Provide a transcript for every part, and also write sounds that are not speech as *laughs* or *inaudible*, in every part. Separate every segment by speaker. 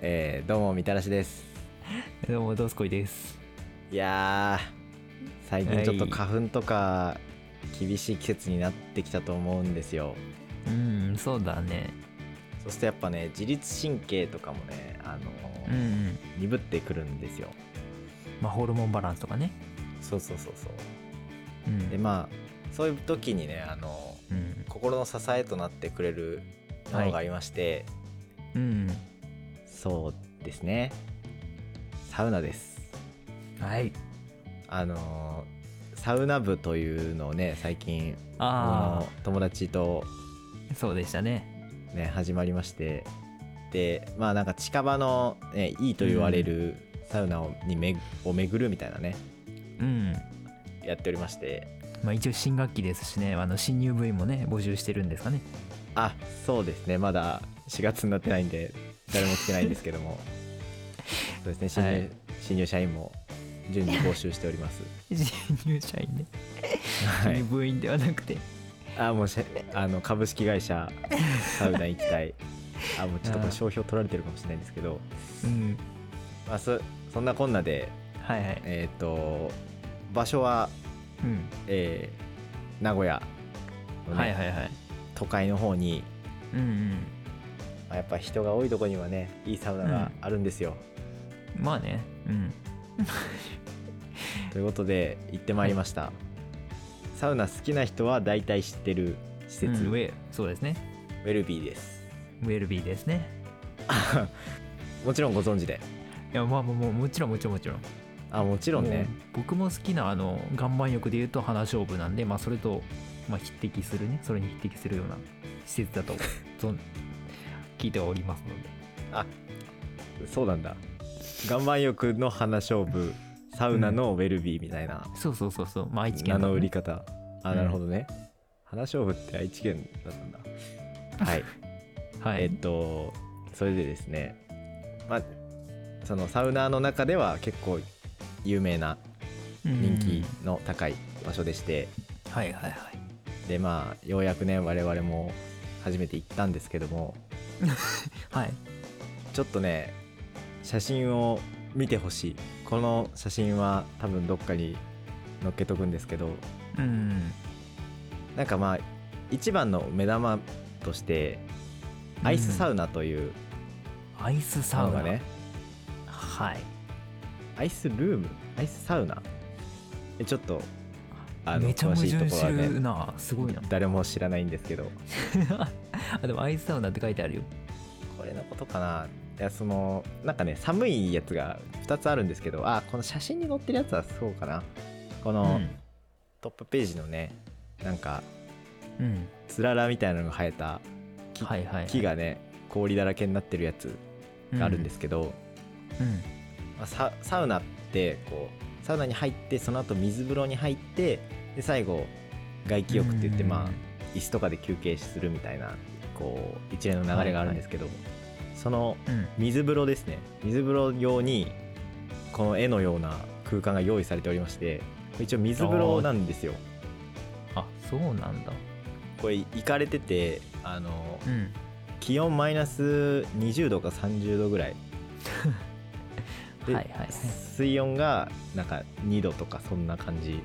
Speaker 1: えー、どうもみたらしです
Speaker 2: どうも、どうすこいです。
Speaker 1: いやー最近ちょっと花粉とか厳しい季節になってきたと思うんですよ
Speaker 2: うん、そうだね。
Speaker 1: そしてやっぱね自律神経とかもねあの
Speaker 2: うん、う
Speaker 1: ー
Speaker 2: ん。
Speaker 1: 鈍ってくるんですよ
Speaker 2: まあ、ホルモンバランスとかね。
Speaker 1: そうそうそうそう
Speaker 2: うん。
Speaker 1: でまあそういう時にねあのー
Speaker 2: うん。
Speaker 1: 心の支えとなってくれるものがありまして、
Speaker 2: うん。
Speaker 1: そうですねサウナです
Speaker 2: はい。
Speaker 1: あのーサウナ部というのをね最近あ
Speaker 2: あ
Speaker 1: の友達と
Speaker 2: あ、そうでしたね。
Speaker 1: ね始まりましてでまあなんか近場の、ね、いいと言われるサウナをにめを巡るみたいなね
Speaker 2: うん。
Speaker 1: やっておりまして
Speaker 2: まあ、一応新学期ですしね、あの、新入部員もね、募集してるんですかね。
Speaker 1: あそうですねまだ4月になってないんで誰も来てないんですけど *laughs* もそうですね新入,、
Speaker 2: はい
Speaker 1: 新入社員も順次募集しております、
Speaker 2: 新入社員ね。
Speaker 1: は
Speaker 2: 新入
Speaker 1: い、
Speaker 2: 部員ではなくて。
Speaker 1: *laughs* あもうしあの株式会社サウナ行きたいあもうちょっとこれ商標取られてるかもしれないんですけど
Speaker 2: うん。
Speaker 1: まあ、そそんなこんなで、
Speaker 2: はいはい。
Speaker 1: えー、と場所は、
Speaker 2: うん。
Speaker 1: えー名古屋の、ね
Speaker 2: はいはいはい。
Speaker 1: 都会の方に、
Speaker 2: うんうん。
Speaker 1: まあ、やっぱ人が多いとこにはねいいサウナがあるんですよ。
Speaker 2: まあね。うん。
Speaker 1: ということで行ってまいりました、サウナ好きな人は大体知ってる施設、
Speaker 2: うんウ
Speaker 1: ウェ
Speaker 2: ェそうですね。
Speaker 1: ルビーです
Speaker 2: ウェルビーですね。
Speaker 1: もちろんご存知で
Speaker 2: いや、まあまあ、もうもちろんもちろんもちろん。
Speaker 1: あもちろんね
Speaker 2: もう僕も好きなあの岩盤浴でいうと花勝負なんで、まあ、それと、まあ、匹敵するねそれに匹敵するような施設
Speaker 1: *laughs*
Speaker 2: だと存聞いておりますので
Speaker 1: そうなんだ岩盤浴の花勝負サウナのウェルビーみたいな
Speaker 2: そうそうそうそう、まあ、愛知
Speaker 1: 名
Speaker 2: 県
Speaker 1: の売り
Speaker 2: ね、
Speaker 1: 方あ
Speaker 2: うん
Speaker 1: なるほどね、花勝負って愛知県だったんだはい、
Speaker 2: はい、
Speaker 1: えっとそれでですねまあそのサウナーの中では結構有名な人気の高い場所でして、
Speaker 2: うんはいはいはい
Speaker 1: でまあようやくね我々も初めて行ったんですけども
Speaker 2: はい
Speaker 1: ちょっとね写真を見てほしいこの写真は多分どっかに載っけとくんですけど
Speaker 2: うん
Speaker 1: なんかまあ一番の目玉としてアイスサウナという
Speaker 2: アイスサ
Speaker 1: サウ
Speaker 2: ウ
Speaker 1: ナ
Speaker 2: ナ
Speaker 1: ね、
Speaker 2: はい
Speaker 1: アイスルームアイスサウナえちょっとあの
Speaker 2: めちゃ
Speaker 1: 詳
Speaker 2: 矛
Speaker 1: しいと
Speaker 2: 盾
Speaker 1: ころ
Speaker 2: して
Speaker 1: は
Speaker 2: る
Speaker 1: ね
Speaker 2: な、すごいな
Speaker 1: 誰も知らないんですけど
Speaker 2: あでもアイスサウナって書いてあるよ
Speaker 1: これのことかないやそのなんかね寒いやつが2つあるんですけどあこの写真に載ってるやつはそうかなこ
Speaker 2: う
Speaker 1: の
Speaker 2: ん
Speaker 1: トップページのねなんか
Speaker 2: うん
Speaker 1: つららみたいなのが生えた木,、
Speaker 2: はいはいはい
Speaker 1: 木がね氷だらけになってるやつがあるんですすけど、
Speaker 2: うん
Speaker 1: まあササウナってこうサウナに入ってその後水風呂に入ってで最後外気浴って言って
Speaker 2: うん
Speaker 1: まあ椅子とかで休憩するみたいなこう一連の流れがあるんですけど、その
Speaker 2: うん
Speaker 1: 水風呂ですね水風呂用にこの絵のような空間が用意されておりましてこれ一応水風呂なんですよ
Speaker 2: あそうなんだ
Speaker 1: これ行かれててあの
Speaker 2: うん
Speaker 1: 気温マイナス20度か30度ぐ
Speaker 2: *laughs*
Speaker 1: らい
Speaker 2: は
Speaker 1: で
Speaker 2: いはいはい
Speaker 1: 水温がなんか2度とかそんな感じ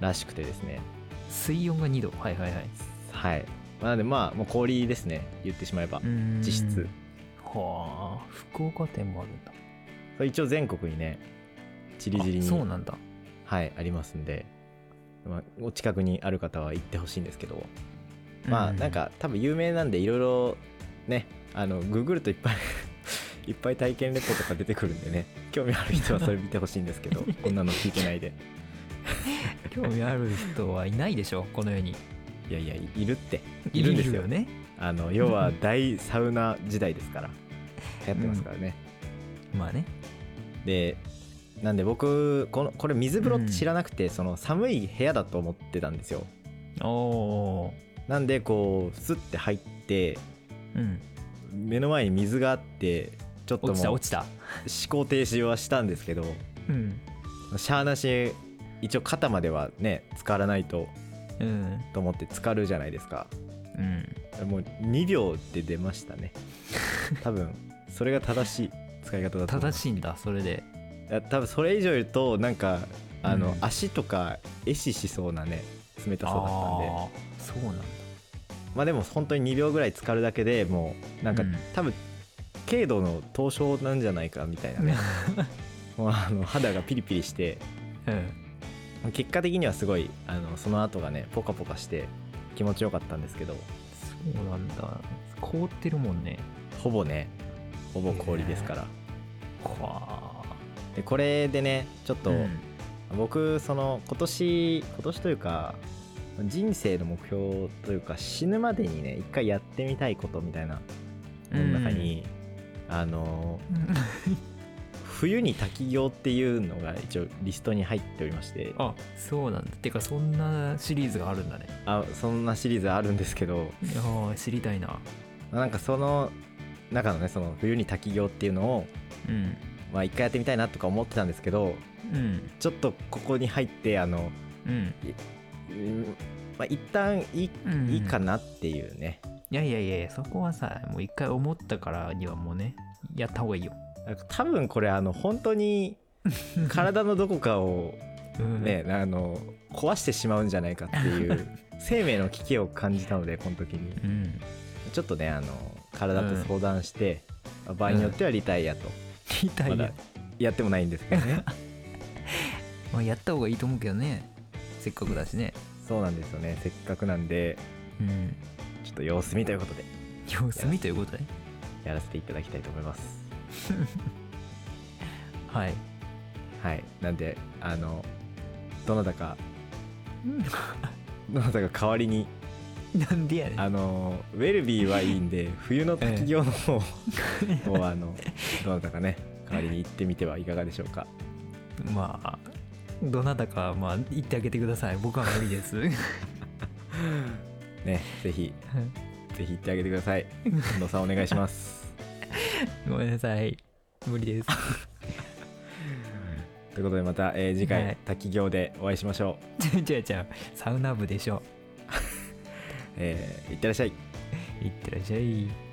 Speaker 1: らしくてですね
Speaker 2: 水温が2度はいはいはい
Speaker 1: はいまあなんでまあもう氷ですね言ってしまえば
Speaker 2: うん
Speaker 1: 実質
Speaker 2: はあ福岡店もあるんだ
Speaker 1: それ一応全国にねちりぢり
Speaker 2: あそう
Speaker 1: に
Speaker 2: なんだ
Speaker 1: はいありますんで、まあ、お近くにある方は行ってほしいんですけどまあ
Speaker 2: うん
Speaker 1: なんか多分有名なんでいろいろねあのグーグルといっぱい *laughs* いっぱい体験レポとか出てくるんでね興味ある人はそれ見てほしいんです
Speaker 2: *laughs*
Speaker 1: けどこんなの聞いてないで
Speaker 2: 興味ある人はいないでしょこの世に
Speaker 1: いやいやいるっているんですよ
Speaker 2: いね
Speaker 1: あの要は大サウナ時代ですから流行ってますからね、
Speaker 2: まあね
Speaker 1: でなんで僕このこれ水風呂って知らなくて、その寒い部屋だと思ってたんですよ
Speaker 2: おお
Speaker 1: なんでこうスッて入って
Speaker 2: ーうん
Speaker 1: 目の前に水があってちょっとも
Speaker 2: 落
Speaker 1: う
Speaker 2: ちた
Speaker 1: 思
Speaker 2: 落ちた
Speaker 1: 考停止はしたんですけど
Speaker 2: うん
Speaker 1: しゃあなし一応肩まではね浸からないと
Speaker 2: うん
Speaker 1: と思って浸かるじゃないですか
Speaker 2: うん *laughs*
Speaker 1: もう2秒で出ましたね多分それが正しい使い方だと思う
Speaker 2: 正しいんだそれで
Speaker 1: いや多分それ以上言うとなんかあの、
Speaker 2: うん
Speaker 1: 足とか壊死しそうなね冷たそうだったんで
Speaker 2: あーそうなんだ
Speaker 1: まあでも本当に2秒ぐらい浸かるだけでもうなんか、
Speaker 2: うん
Speaker 1: 多分軽度の凍傷なんじゃないかみたいなね *laughs*
Speaker 2: *laughs*
Speaker 1: もうあの肌がピリピリして
Speaker 2: うん
Speaker 1: 結果的にはすごいあのその後がねポカポカして気持ちよかったんですけど
Speaker 2: そうなんだ凍ってるもんね
Speaker 1: ほぼねほぼ氷ですから、
Speaker 2: は
Speaker 1: でこれでねちょっ
Speaker 2: あ
Speaker 1: と、僕その今年今年というか人生の目標というか死ぬまでにね一回やってみたいことみたいなのの中に、あの冬に滝行っていうのが一応リストに入っておりまして
Speaker 2: あそうなんだてかそんなシリーズがあるんだね
Speaker 1: あそんなシリーズあるんですけど
Speaker 2: いやー知りたいな
Speaker 1: なんかその中のねその冬に滝行っていうのを
Speaker 2: うん
Speaker 1: まあ一回やってみたいなとか思ってたんですけど
Speaker 2: うん
Speaker 1: ちょっとここに入ってあの、
Speaker 2: うん
Speaker 1: うんまあ、一旦いい,、
Speaker 2: うん
Speaker 1: いいかなっていうね
Speaker 2: いやいやいやいやそこはさもう一回思ったからにはもうねやった方がいいよ
Speaker 1: なんか多分これあの本当に体のどこかを
Speaker 2: *laughs* うん
Speaker 1: ね、あの壊してしまうんじゃないかっていう
Speaker 2: *laughs*
Speaker 1: 生命の危機を感じたのでこの時に
Speaker 2: うん
Speaker 1: ちょっとねあの体と相談して、場合によってはリタイアと、
Speaker 2: リタイ
Speaker 1: *laughs* ま
Speaker 2: ア
Speaker 1: だやってもないんですけどね
Speaker 2: まあやった方がいいと思うけどねせっかくだしね
Speaker 1: そうなんですよねせっかくなんで
Speaker 2: うん
Speaker 1: ちょっと様子見ということで
Speaker 2: 様子見ということで
Speaker 1: やらせていただきたいと思います
Speaker 2: はい
Speaker 1: はいなんであのどなたかどなたか代わりに
Speaker 2: なんでやねん
Speaker 1: あのウェルビーはいいんで冬の滝行の方ををあのどなたかね代わりに行ってみてはいかがでしょうか
Speaker 2: まあどなたかまあ言ってあげてください僕は無理です
Speaker 1: *laughs* ねぜひぜひ行ってあげてください近藤さんお願いします
Speaker 2: ごめんなさい無理
Speaker 1: *laughs*
Speaker 2: です
Speaker 1: ということでまた、えー次
Speaker 2: は
Speaker 1: 回
Speaker 2: い
Speaker 1: 滝行でお会いしましょ
Speaker 2: ちゃうちゃうちゃうサウナ部でしょ
Speaker 1: う、えーいってらっしゃい
Speaker 2: いってらっしゃい